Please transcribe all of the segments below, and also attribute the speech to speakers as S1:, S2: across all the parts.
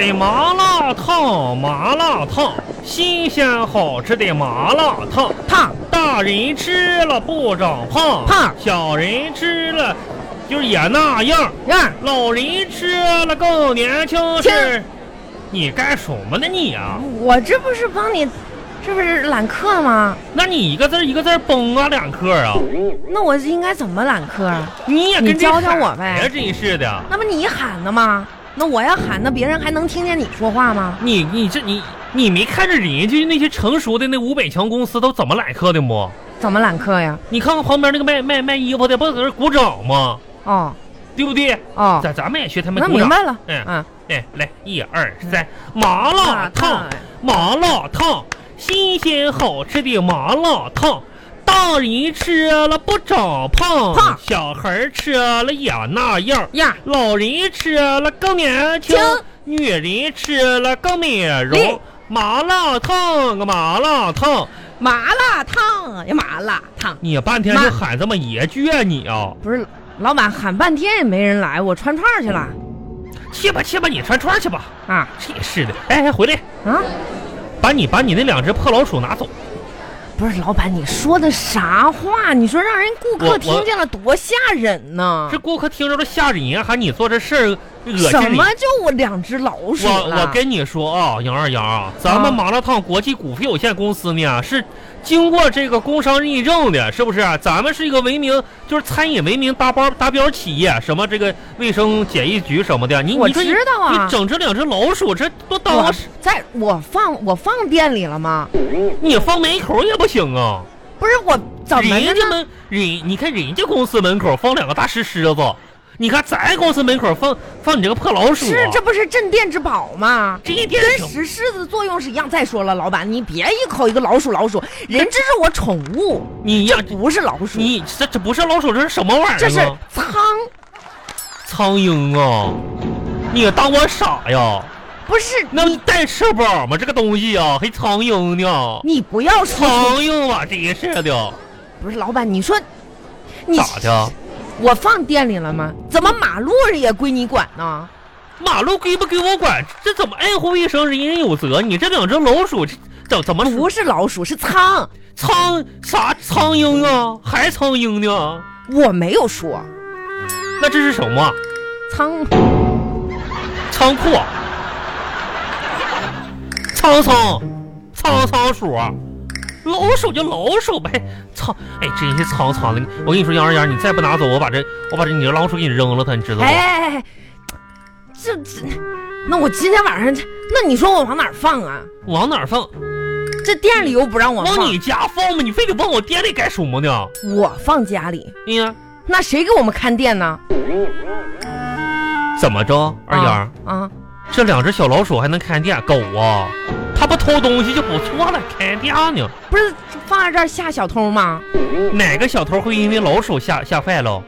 S1: 哎麻辣烫，麻辣烫，新鲜好吃的麻辣烫，
S2: 烫
S1: 大人吃了不长胖，
S2: 胖
S1: 小人吃了就是也那样，
S2: 让
S1: 老人吃了更年轻
S2: 嗯轻
S1: 是。你干什么呢你啊？
S2: 我这不是帮你，这不是揽客吗？
S1: 那你一个字儿一个字儿崩啊两克啊！
S2: 那我应该怎么揽客啊？
S1: 你也跟
S2: 你
S1: 这
S2: 教教
S1: 孩
S2: 我
S1: 子
S2: 呗
S1: 呀真是的。
S2: 那不你喊的吗？那我要喊的，别人还能听见你说话吗？
S1: 你你这你你没看着人家那些成熟的那五百强公司都怎么揽客的吗？
S2: 怎么揽客呀？
S1: 你看看旁边那个卖卖卖衣服的，不搁这鼓掌吗？
S2: 哦
S1: 对不对？
S2: 哦，
S1: 咱咱们也学他们
S2: 那
S1: 鼓
S2: 明
S1: 掌。
S2: 白了。
S1: 嗯
S2: 嗯，
S1: 哎，来，一二三，麻辣烫，麻辣烫，新鲜好吃的麻辣烫。大人吃了不长胖，
S2: 胖
S1: 小孩儿吃了也那样儿，
S2: 呀，
S1: 老人吃了更年轻
S2: 轻，
S1: 女人吃了更美容
S2: 丽。
S1: 麻辣烫啊，麻辣烫，
S2: 麻辣烫啊，呀麻辣烫，
S1: 你半天
S2: 妈
S1: 就喊这么一句啊，你啊，
S2: 不是老板喊半天也没人来，我串串去了
S1: 去吧去吧，你串串去吧。
S2: 啊
S1: 真是的，哎，哎回来，
S2: 啊！
S1: 把你把你那两只破老鼠拿走。
S2: 不是老板，你说的啥话？你说让人顾
S1: 我
S2: 客
S1: 我
S2: 听见了多吓人呢
S1: 这！顾客听着都吓人呀，喊你做这事儿恶心
S2: 什
S1: 人
S2: 么。就我两只老鼠
S1: 我
S2: 了？
S1: 我跟你说啊，杨二杨啊，咱
S2: 啊
S1: 们麻辣烫国际股份有限公司呢是经过这个工商认证的，是不是啊、咱们是一个文明，就是餐饮文明达标达标企业，什么这个卫生检疫局什么的。你
S2: 我
S1: 你说你
S2: 知道啊
S1: 你整这两只老鼠，这都
S2: 我
S1: 当
S2: 在我放我放店里了吗？
S1: 你放门口也不行啊。
S2: 不是我怎么的
S1: 人家
S2: 呢？
S1: 门人，你看人家公司门口放两个大石狮子，你看咱公司门口放放你这个破老鼠、啊，
S2: 是这不是镇店之宝吗？
S1: 这一点
S2: 跟
S1: 什么
S2: 石狮子作用是一样。再说了，老板，你别一口一个老鼠老鼠，人这是我宠物，
S1: 你呀
S2: 这，不是老鼠，
S1: 你这这不是老鼠，这是什么玩意儿、啊？
S2: 这是苍，
S1: 苍蝇啊！你当我傻呀？
S2: 不是
S1: 那
S2: 你，
S1: 带翅膀吗？这个东西啊，还苍蝇呢？
S2: 你不要说
S1: 苍
S2: 出，
S1: 蝇啊，真是的，
S2: 不是老板，你说你
S1: 咋的？
S2: 我放店里了吗？怎么马路也归你管呢？
S1: 马路归不归我管？这怎么爱护卫生，人人有责？你这两只老鼠，这怎怎么说
S2: 不是老鼠，是苍，
S1: 苍啥苍蝇啊？还苍蝇呢？
S2: 我没有说
S1: 那这是什么？
S2: 苍，
S1: 仓库？啊苍苍，苍苍鼠，啊老鼠就老鼠呗。苍，哎，真是苍苍的。我跟你说，杨二丫，你再不拿走，我把这我把这你这老鼠给你扔了它，你知道
S2: 哎
S1: 吗？
S2: 哎哎哎，这这，那我今天晚上，那你说我往哪儿放啊？
S1: 往哪儿放？
S2: 这店里又不让我放，
S1: 往你家放吗？你非得往我店里干什么呢？
S2: 我放家里，
S1: 哎呀，
S2: 那谁给我们看店呢？
S1: 怎么着，二丫？
S2: 啊啊，
S1: 这两只小老鼠还能看店？狗啊，它不偷东西就不错了，看店呢。
S2: 不是放在这儿吓小偷吗？
S1: 哪个小偷会因为老鼠吓吓坏了？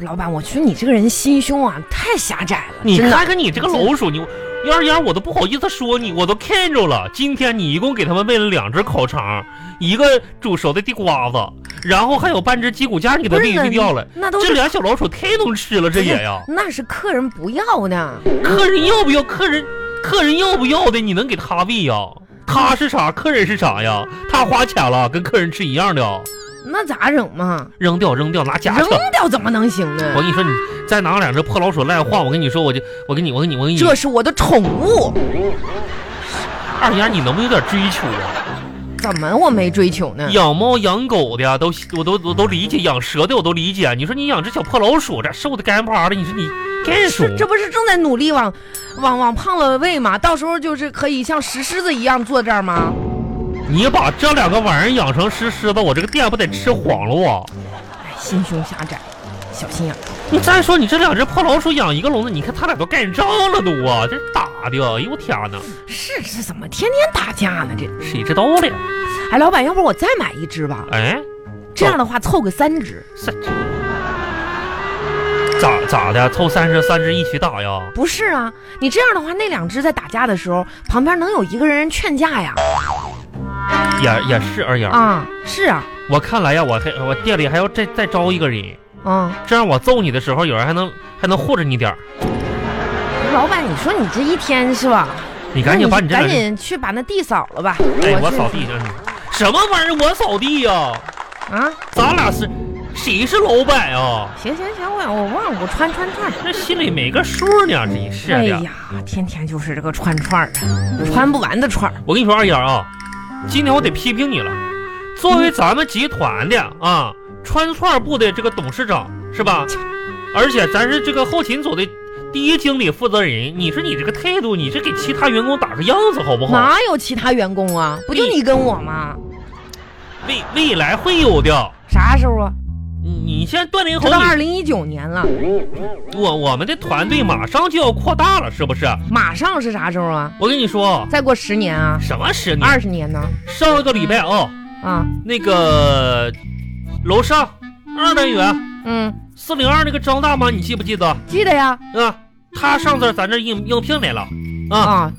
S2: 老板，我觉得你这个人心胸啊太狭窄了，
S1: 你
S2: 真的
S1: 看看你这个老鼠，你幺二幺我都不好意思说你，我都看着了。今天你一共给他们喂了两只烤肠，一个煮熟的地瓜子，然后还有半只鸡骨架，你给它
S2: 不
S1: 喂
S2: 是
S1: 喂掉了。
S2: 那都
S1: 这
S2: 是
S1: 俩小老鼠太能吃了，这也呀，
S2: 那是客人不要的，
S1: 客人要不要？客人，客人要不要的？你能给他喂呀？他是啥？客人是啥呀？他花钱了，跟客人吃一样的，
S2: 那咋整嘛？
S1: 扔掉，扔掉，拿夹
S2: 扔
S1: 去。
S2: 掉怎么能行
S1: 我
S2: 呢？
S1: 跟你说，你再拿两只破老鼠赖话，我跟你说，我就我跟你我跟你我跟你
S2: 这是我的宠物，
S1: 二丫，你能不能有点追求啊？
S2: 怎么我没追求呢？
S1: 养猫养狗的呀，都我都我都理解，养蛇的我都理解。你说你养只小破老鼠，这瘦的干巴的，你说你干什
S2: 是
S1: 么？
S2: 这不是正在努力往，往往胖了喂吗？到时候就是可以像石狮子一样坐这儿吗？
S1: 你把这两个玩意儿养成石狮子，我这个店不得吃黄了啊！
S2: 哎，心胸狭窄，小心啊眼儿。
S1: 你再说你这两只破老鼠养一个笼子，你看它俩都干仗了都啊，这打的，哎呦我天哪，
S2: 是这怎么天天打架呢？这
S1: 谁知道嘞？
S2: 哎，老板，要不我再买一只吧？
S1: 哎，
S2: 这样的话凑个三只，
S1: 是咋咋的？凑三十三只一起打呀？
S2: 不是啊？你这样的话，那两只在打架的时候，旁边能有一个人劝架呀？
S1: 也也是二丫，
S2: 啊，是啊，
S1: 我看来呀，我还我店里还要再再招一个人。
S2: 啊，
S1: 这样我揍你的时候，有人还能还能护着你点儿。
S2: 老板，你说你这一天是吧？
S1: 你赶紧把你这
S2: 赶
S1: 两天，
S2: 紧去把那地扫了吧。
S1: 哎，
S2: 我
S1: 我
S2: 去
S1: 扫地真是什么玩意儿？我扫地呀、
S2: 啊！
S1: 咱俩是谁是老板啊？
S2: 行行行，我我忘了，我穿穿串。
S1: 这心里没个数呢，真是啊
S2: 哎
S1: 的。
S2: 呀，天天就是这个串串儿啊，
S1: 嗯
S2: 穿不完的串儿。
S1: 我跟你说，二丫啊，今天我得批评你了。作为咱们集团的啊川串部的这个董事长是吧？而且咱是这个后勤组的第一经理负责人，你说你这个态度，你是给其他员工打个样子好不好？
S2: 哪有其他员工啊？不就
S1: 你
S2: 你跟我吗？
S1: 未未来会有的。
S2: 啥时候啊？
S1: 嗯你你现在断零后，
S2: 这都二
S1: 你
S2: 零一九年了，
S1: 我我们的团队马上就要扩大了，是不是？
S2: 马上是啥时候啊？
S1: 我跟你说，
S2: 再过十年啊，
S1: 什么十年？
S2: 二十年呢？
S1: 上个礼拜啊，
S2: 啊，
S1: 那个楼上二单元
S2: 嗯，
S1: 四零二那个张大妈，你记不记得？
S2: 记得呀。
S1: 啊，他上这儿咱这儿应应聘来了啊。
S2: 啊，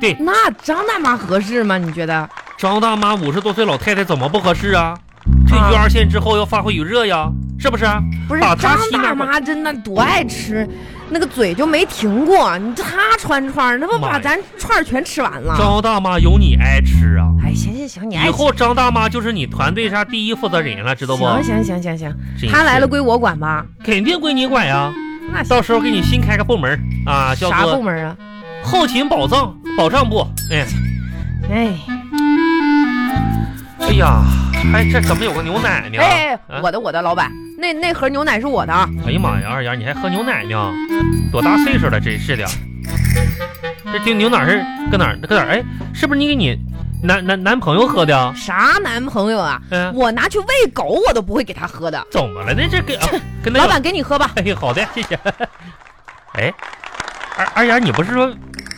S1: 对
S2: 那张大妈合适吗？你觉得？
S1: 张大妈五十多岁老太太怎么不合适啊？退
S2: 啊
S1: 居二线之后要发挥余热呀，是不是？
S2: 不是
S1: 把啊她
S2: 张
S1: 吸纳
S2: 大
S1: 过
S2: 妈真的多爱吃，那个嘴就没停过。你这她串串儿，那不
S1: 妈
S2: 把
S1: 呀
S2: 咱串儿全吃完了？
S1: 张大妈有你爱吃啊！
S2: 哎，行行行，你爱
S1: 以
S2: 吃
S1: 后张大妈就是你团队啥第一负责人了，知道不？
S2: 行行行行行，
S1: 真
S2: 她来了
S1: 是
S2: 归我管吧？
S1: 肯定归你管呀。
S2: 那
S1: 到时候给你新开个部门啊，叫
S2: 啥部
S1: 做
S2: 门啊？
S1: 后勤保障保障部。哎，
S2: 哎
S1: 哎呀，还这怎么有个牛奶呢？
S2: 哎
S1: 啊，
S2: 我的我的，老板，那那盒牛奶是我的啊。
S1: 哎呀妈呀，二丫，你还喝牛奶呢？多大岁数了，真是的。这这牛奶是搁哪儿？搁哪儿？哎，是不是你给你男男男朋友喝的啊？
S2: 啥男朋友啊？
S1: 嗯、
S2: 我拿去喂狗，我都不会给他喝的。
S1: 怎么了呢？这跟、啊、跟那
S2: 老
S1: 个……
S2: 板给你喝吧，
S1: 哎，好的，谢谢。哎，二二丫，你不是说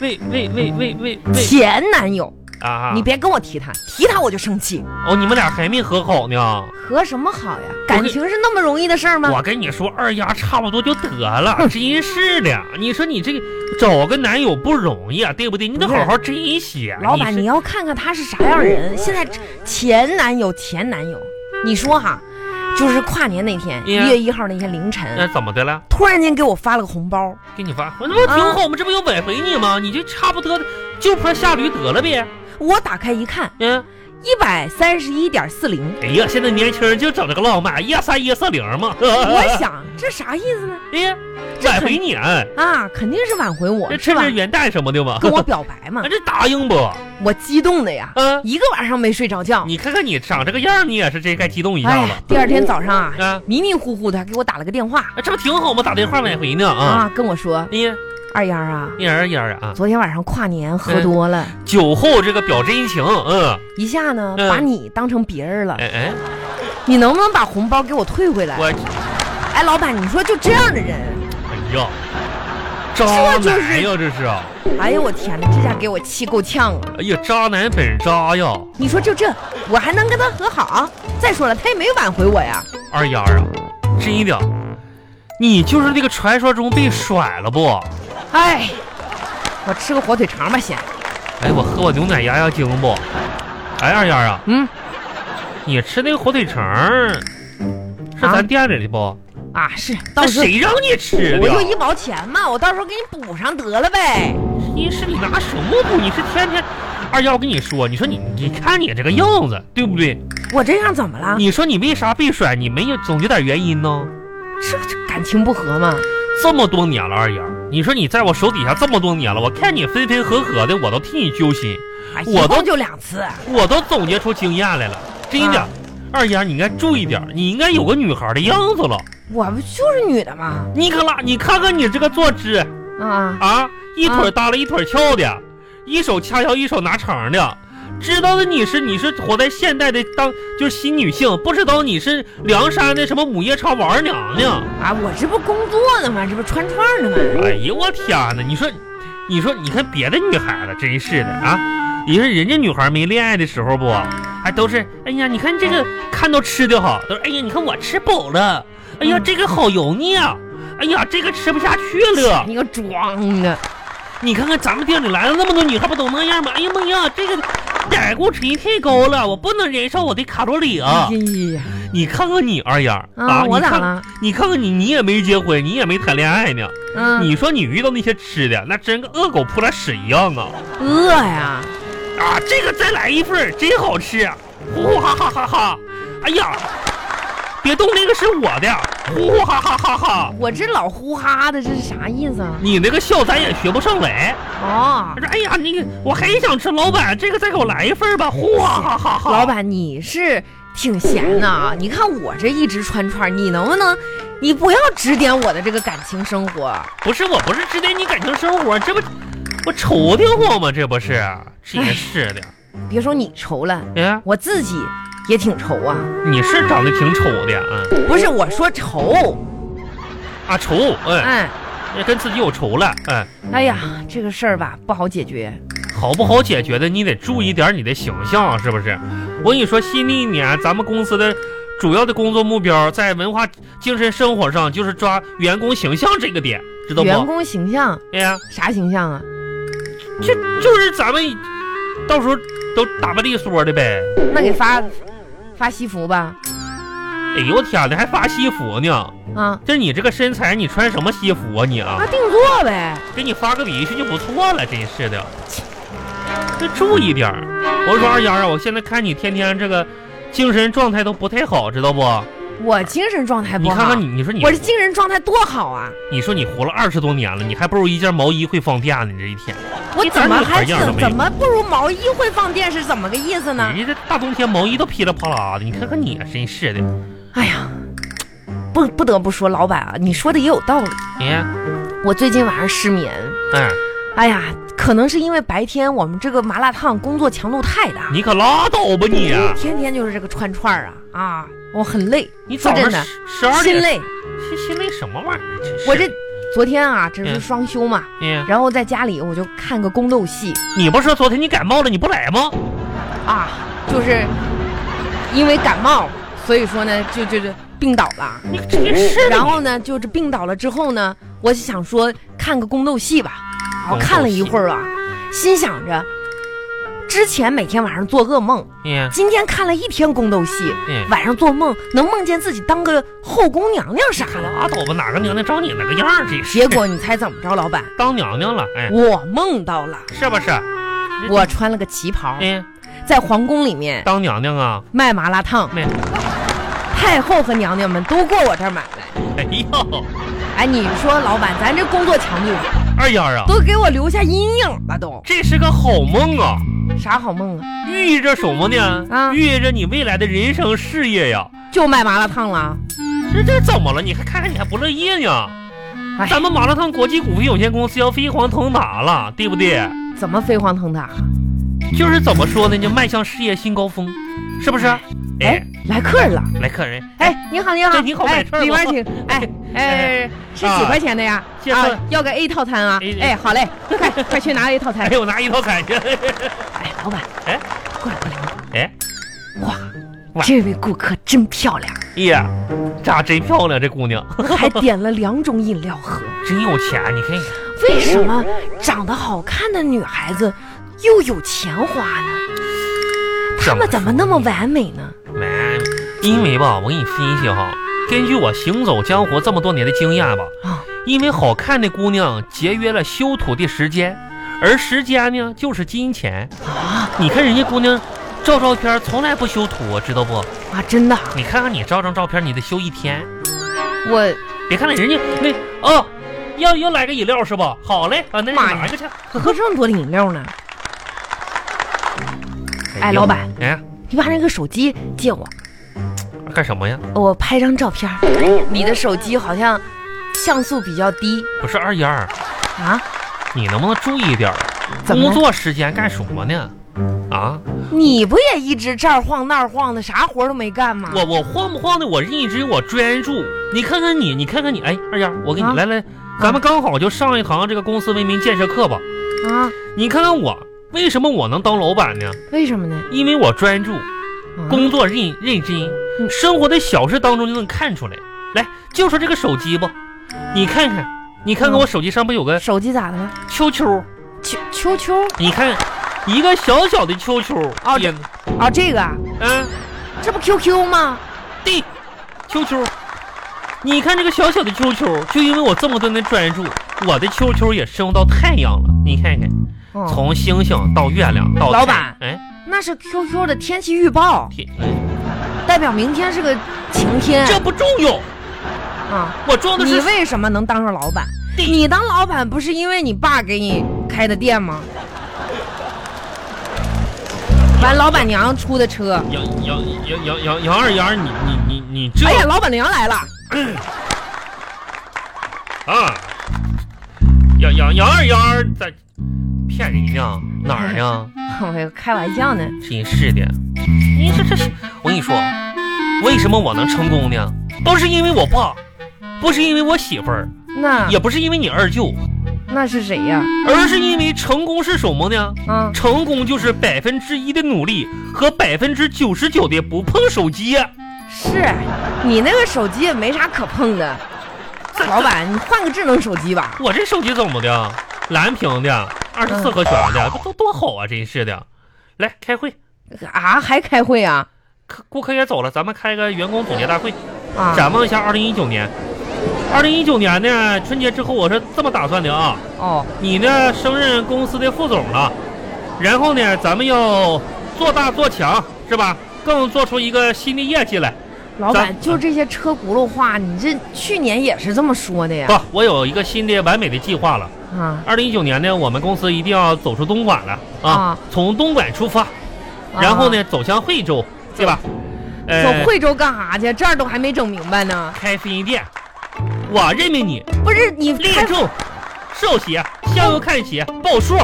S1: 喂喂喂喂喂喂
S2: 前男友，
S1: 啊？
S2: 你别跟我提他，提他我就生气。
S1: 哦，你们俩还没和好呢。
S2: 和什么好呀？感情是那么容易的事儿吗？
S1: 我跟你说，二丫差不多就得了，真是的。你说你这个找个男友不容易啊，对不对？你得
S2: 不是
S1: 好好珍惜啊。
S2: 老板，
S1: 是
S2: 你要看看他是啥样人。现在前男友，前男友，你说哈，就是跨年那天，一
S1: 哎呀嗯
S2: 月一号那天凌
S1: 那
S2: 晨，
S1: 怎么的了？
S2: 突然间给我发了个红包，
S1: 给你发，我这不
S2: 啊
S1: 挺好吗？这不又挽回你吗？你就差不多就坡下驴得了呗。
S2: 我打开一看，
S1: 嗯，
S2: 一百三十一点四零，
S1: 哎呀，现在年轻人就整这个浪漫，一三一四零嘛。
S2: 我想这啥意思呢？
S1: 哎呀，挽回你，哎
S2: 啊，肯定是挽回我
S1: 这
S2: 是
S1: 趁
S2: 吧
S1: 着？元旦什么的吧。
S2: 跟我表白嘛
S1: 啊，，这答应不？
S2: 我激动的呀，
S1: 啊，
S2: 一个晚上没睡着觉。
S1: 你看看你长这个样儿，你也是这该激动一
S2: 哎
S1: 下
S2: 呀
S1: 了。，
S2: 第二天早上啊，
S1: 啊，
S2: 迷迷糊糊的还给我打了个电话
S1: 啊这不挺好吗？打电话挽回呢啊。
S2: 啊，跟我说
S1: 哎呀，
S2: 二丫啊，
S1: 一人儿一人儿啊，
S2: 昨天晚上跨年
S1: 嗯
S2: 喝多了，
S1: 酒后这个表真情，嗯，
S2: 一下呢
S1: 嗯
S2: 把你当成别人了，
S1: 哎哎，
S2: 你能不能把红包给我退回来？
S1: 我，
S2: 哎，老板，你说就这样的人，
S1: 哎呀，渣
S2: 就是
S1: 男呀，这是啊，
S2: 哎呀，我天哪，这下给我气够呛啊！
S1: 哎呀，渣男本渣呀。
S2: 你说就这，我还能跟他和好？再说了，他也没挽回我呀。
S1: 二丫啊，真的，你就是那个传说中被甩了不？
S2: 哎，我吃个火腿肠吧先。
S1: 哎，我喝我牛奶压压惊不？哎，二丫啊，
S2: 嗯，
S1: 你吃那个火腿肠儿是
S2: 啊
S1: 咱店里的不？
S2: 啊是，
S1: 那
S2: 到时候
S1: 谁让你吃
S2: 我就一
S1: 的？
S2: 毛钱嘛，我到时候给你补上得了呗。
S1: 你是你拿什么补？你是天天。二丫，我跟你说，你说你，你看你这个样子，对不对？
S2: 我这样怎么了？
S1: 你说你为啥被甩？你没有总有点原因呢？
S2: 这这感情不和嘛？
S1: 这么多年了，二丫，你说你在我手底下这么多年了，我看你分分合合的，我都替你揪心。
S2: 哎，
S1: 我
S2: 一
S1: 都
S2: 共就两次。
S1: 我都总结出经验来了，真的，
S2: 啊
S1: 二丫你应该注意点儿，你应该有个女孩的样子了。
S2: 我不就是女的吗？
S1: 你可拉，你看看你这个坐姿
S2: 啊，
S1: 啊，一腿耷拉一腿翘的，一手掐腰一手拿肠的。知道的你是你是活在现代的当就是新女性，不知道你是梁山的什么母夜叉王二娘呢？
S2: 啊，我这不工作呢吗？这不穿串儿呢吗？
S1: 哎呀，我天哪！你说，你说，你看别的女孩子，真是的啊！你说人家女孩没恋爱的时候不，还都是哎呀，你看这个看到吃的好，都是哎呀，你看我吃饱了，哎呀，这个好油腻啊，哎呀，这个吃不下去了。
S2: 你个装的！
S1: 你看看咱们店里来了那么多女孩，不都那样吗？哎呀妈呀，这个胆固醇太高了，我不能忍受我的卡路里啊！
S2: 呀，
S1: 你看看你二丫
S2: 啊，嗯我
S1: 你
S2: 咋
S1: 看
S2: 了？
S1: 你看看你，你也没结婚，你也没谈恋爱呢。
S2: 嗯，
S1: 你说你遇到那些吃的，那真跟恶狗扑了屎一样啊！
S2: 饿呀？
S1: 啊，这个再来一份儿，真好吃啊，呼呼哈哈哈哈！哎呀，别动，那个是我的，呼呼哈哈哈哈！
S2: 我这老呼哈的，这是啥意思啊？
S1: 你那个笑咱也学不上来。
S2: 哦
S1: 他，说：“哎呀，那个我还想吃，老板，这个再给我来一份儿吧。”呼哈哈哈哈！
S2: 老，板你是挺闲 的啊，你看我这一直穿串儿，你能不能，你不要指点我的这个感情生活？
S1: 不是我，不是指点你感情生活，这不我愁得慌吗？这不是，真是的。
S2: 别说你愁了，
S1: 哎，
S2: 我自己也挺愁啊。
S1: 你是长得挺丑的啊
S2: 不是我说愁，
S1: 啊丑，哎，
S2: 哎，
S1: 跟自己有仇了，哎，
S2: 哎呀，这个事儿吧不好解决。
S1: 好不好解决的，你得注意点你的形象，是不是？我跟你说，新的一年咱们公司的。主要的工作目标在文化精神生活上，就是抓员工形象这个点，知道
S2: 员
S1: 不？
S2: 工形象
S1: 哎呀，
S2: 啥形象啊？
S1: 就就是咱们到时候都打扮利索的呗。
S2: 那给发发西服吧。
S1: 哎呦我天哪，还发西服呢？
S2: 啊，
S1: 这你这个身材，你穿什么西服啊你啊
S2: 那？定做呗。
S1: 给你发个礼去就不错了，真是的。这注意点儿。我说二丫啊，我现在看你天天这个精神状态都不太好，知道不？
S2: 我精神状态
S1: 你
S2: 不好，
S1: 看看你，你说你
S2: 我，这精神状态多好啊！
S1: 你说你活了二十多年了，你还不如一件毛衣会放电呢。你这一天，
S2: 我
S1: 一点
S2: 怎么
S1: 女孩
S2: 还
S1: 样都
S2: 怎
S1: 没有
S2: 怎么不如毛衣会放电是怎么个意思呢？
S1: 你这大冬天毛衣都噼里啪啦的，啊你看看你，真是的。
S2: 哎呀，不不得不说，老板啊，你说的也有道理。
S1: 哎呀，
S2: 我最近晚上失眠，
S1: 哎，
S2: 哎呀，可能是因为白天我们这个麻辣烫工作强度太大，
S1: 你可拉倒吧你、啊
S2: 天天就是这个串串儿啊啊，我很累，
S1: 你
S2: 说
S1: 早
S2: 真
S1: 上
S2: 的
S1: 十十二
S2: 心
S1: 点
S2: 累。
S1: 心心累什么玩意儿？啊真是
S2: 我这昨天啊，这不是
S1: 嗯
S2: 双休嘛，
S1: 你
S2: 然后在家里我就看个宫斗戏
S1: 你不是说昨天你感冒了你不来吗？
S2: 啊，就是因为感冒，所以说呢，就就就病倒了。
S1: 你真是的
S2: 嗯然后呢，就是病倒了之后呢，我就想说看个宫斗戏吧。然后看了一会儿啊，心想着，之前每天晚上做噩梦，
S1: 你你
S2: 今天看了一天宫斗戏，
S1: 嗯
S2: 晚上做梦能梦见自己当个后宫娘娘啥的。啊
S1: 拉倒吧，哪个娘娘长你那个样儿？真是
S2: 结果你猜怎么着，老板？
S1: 当娘娘了，哎，
S2: 我梦到了，
S1: 是不是？嗯
S2: 我穿了个旗袍，
S1: 哎，
S2: 在皇宫里面
S1: 当娘娘啊？
S2: 卖麻辣烫，
S1: 没，
S2: 太后和娘娘们都过我这儿买来。
S1: 哎呦，
S2: 哎，你说老板，咱这工作强度
S1: 二丫啊，
S2: 都给我留下阴影了都，
S1: 这是个好梦啊，
S2: 啥好梦啊？
S1: 寓意着什么呢？
S2: 啊
S1: 寓意着你未来的人生事业呀。
S2: 就卖麻辣烫了，啊
S1: 这这怎么了？你还看看你还不乐意呢？
S2: 哎
S1: 咱们麻辣烫国际股份有限公司要飞黄腾达了，对不对？
S2: 怎么飞黄腾达？啊
S1: 就是怎么说呢？就迈向事业新高峰，是不是？哎
S2: 哎，，来客人了。
S1: 来客人，
S2: 哎，你好，你好，
S1: 这你好买
S2: 哎
S1: 串，儿
S2: 里
S1: 吗
S2: 边请。 哎哎，是
S1: 啊
S2: 几块钱的呀？
S1: 这
S2: 啊
S1: 份，
S2: 要个 A 套餐啊
S1: A-。
S2: 哎，好嘞， 快快去拿 A 套餐
S1: 哎。呦，我拿一套彩去。
S2: 哎，老板，
S1: 哎，
S2: 过来过来，
S1: 哎，
S2: 哇，
S1: 哇
S2: 这位顾客真漂 亮，
S1: 呀，咋真漂亮？这姑娘
S2: 还点了两种饮料喝。
S1: 真有钱，你看看，
S2: 为什么
S1: 哦
S2: 长得好看的女孩子又有钱花呢？她们怎么那么完美呢？
S1: 没，因为吧，我给你分析哈，根据我行走江湖这么多年的经验吧，
S2: 啊，
S1: 因为好看的姑娘节约了修图的时间，而时间呢就是金钱。
S2: 啊
S1: 你看人家姑娘。照照片从来不修图，知道不？
S2: 啊！真的啊，
S1: 你看看你照张照片，你得修一天。
S2: 我
S1: 别看了人家那哦，要要来个饮料是吧？好嘞，啊，那你
S2: 妈呀
S1: 拿一个去。
S2: 喝这么多饮料呢。哎
S1: 呀
S2: 老板，
S1: 哎，
S2: 你把那个手机借我，呃
S1: 干什么呀？
S2: 我拍张照片儿。你的手机好像像素比较低
S1: 不是二丫儿，
S2: 啊？
S1: 你能不能注意点儿？
S2: 怎么
S1: 工
S2: 了？
S1: 作时间干什么呢？啊，
S2: 你不也一直这儿晃那儿晃的，啥活儿都没干吗？
S1: 我我晃不晃的，我一直我专注。你看看你，你看看你，哎，二丫儿，我给你、
S2: 啊
S1: 来来，咱们刚好就上一堂这个公司文明建设课吧。
S2: 啊，
S1: 你看看我，为什么我能当老板呢？
S2: 为什么呢？
S1: 因为我专注。
S2: 啊
S1: 工作认认真，
S2: 嗯
S1: 生活的小事当中就能看出来。来，就说这个手机吧，你看看你看
S2: 嗯
S1: 看我手机上不有个
S2: 手机咋的了？
S1: 秋秋？
S2: 秋秋秋
S1: 你看，一个小小的秋秋
S2: 哦
S1: 也，
S2: 啊，这个啊
S1: 嗯，
S2: 这不 QQ 吗？
S1: 对，秋秋，你看这个小小的秋秋，就因为我这么多年专注，我的秋秋也深入到太阳了。你看看，
S2: 嗯，
S1: 从星星到月亮到
S2: 老
S1: 太
S2: 板
S1: 哎，
S2: 那是 QQ 的天气预报，
S1: 天，哎
S2: 代表明天是个晴天
S1: 这不重要，
S2: 啊。
S1: 我重要的
S2: 你
S1: 是
S2: 为什么能当上老板？
S1: 地
S2: 你当老板不是因为你爸给你开的店吗？完，老板娘出的车。
S1: 杨杨杨杨杨杨二丫，你你你你这
S2: 哎呀，老板娘来了，
S1: 啊，杨杨杨二丫在骗人呢，哪儿呢？
S2: 哎呦，开玩笑呢。
S1: 真是的，你这这是，我跟你说，为什么我能成功呢？都是因为我爸，不是因为我媳妇儿，
S2: 那
S1: 也不是因为你二舅，
S2: 那是谁呀？
S1: 而是因为成功是什么呢？
S2: 啊，
S1: 成功就是百分之一的努力和百分之九十九的不碰手机。
S2: 是你那个手机也没啥可碰的。老板，你换个智能手机吧。
S1: 我这手机怎么的？蓝屏的，二十四和弦的，这都多好啊！真是的，来开会，
S2: 啊，还开会啊？
S1: 客顾客也走了，咱们开个员工总结大会。
S2: 啊，
S1: 展望一下二零一九年。二零一九年呢，春节之后我是这么打算的啊，
S2: 哦，
S1: 你呢升任公司的副总了，然后呢，咱们要做大做强，是吧？更做出一个新的业绩来。
S2: 老板，
S1: 咱
S2: 就这些车轱辘话，你这去年也是这么说的哎呀
S1: 不？，我有一个新的完美的计划了。
S2: 啊，
S1: 二零一九年呢，我们公司一定要走出东莞了啊，
S2: 啊
S1: 从东莞出发，然后呢、走向惠州，对吧？
S2: 啊？
S1: 呃
S2: 走惠州干啥去？这儿都还没整明白呢。
S1: 开分店，我任命你，
S2: 不是你
S1: 列
S2: 开
S1: 众、寿喜、向右看齐、报数。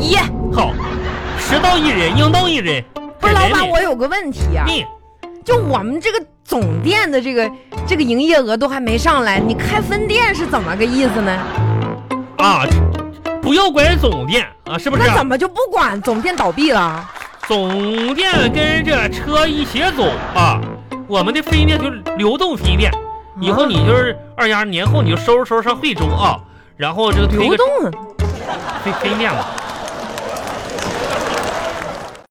S2: 耶？
S1: 好，十刀一人，应刀一人。
S2: 不
S1: 给
S2: 是老
S1: 人
S2: 板，
S1: 民
S2: 我有个问题呀、
S1: 你
S2: 就我们这个总店的这个这个营业额都还没上来，你开分店是怎么个意思呢？
S1: 啊，不要管总店啊，是不是？
S2: 那怎么就不管总店倒闭了？
S1: 总店跟着车一起走啊，我们的分店就是流动分店。
S2: 啊
S1: 以后你就是二丫，年后你就收拾收拾上惠州啊，然后这个推
S2: 流
S1: 个
S2: 动
S1: 推分店嘛，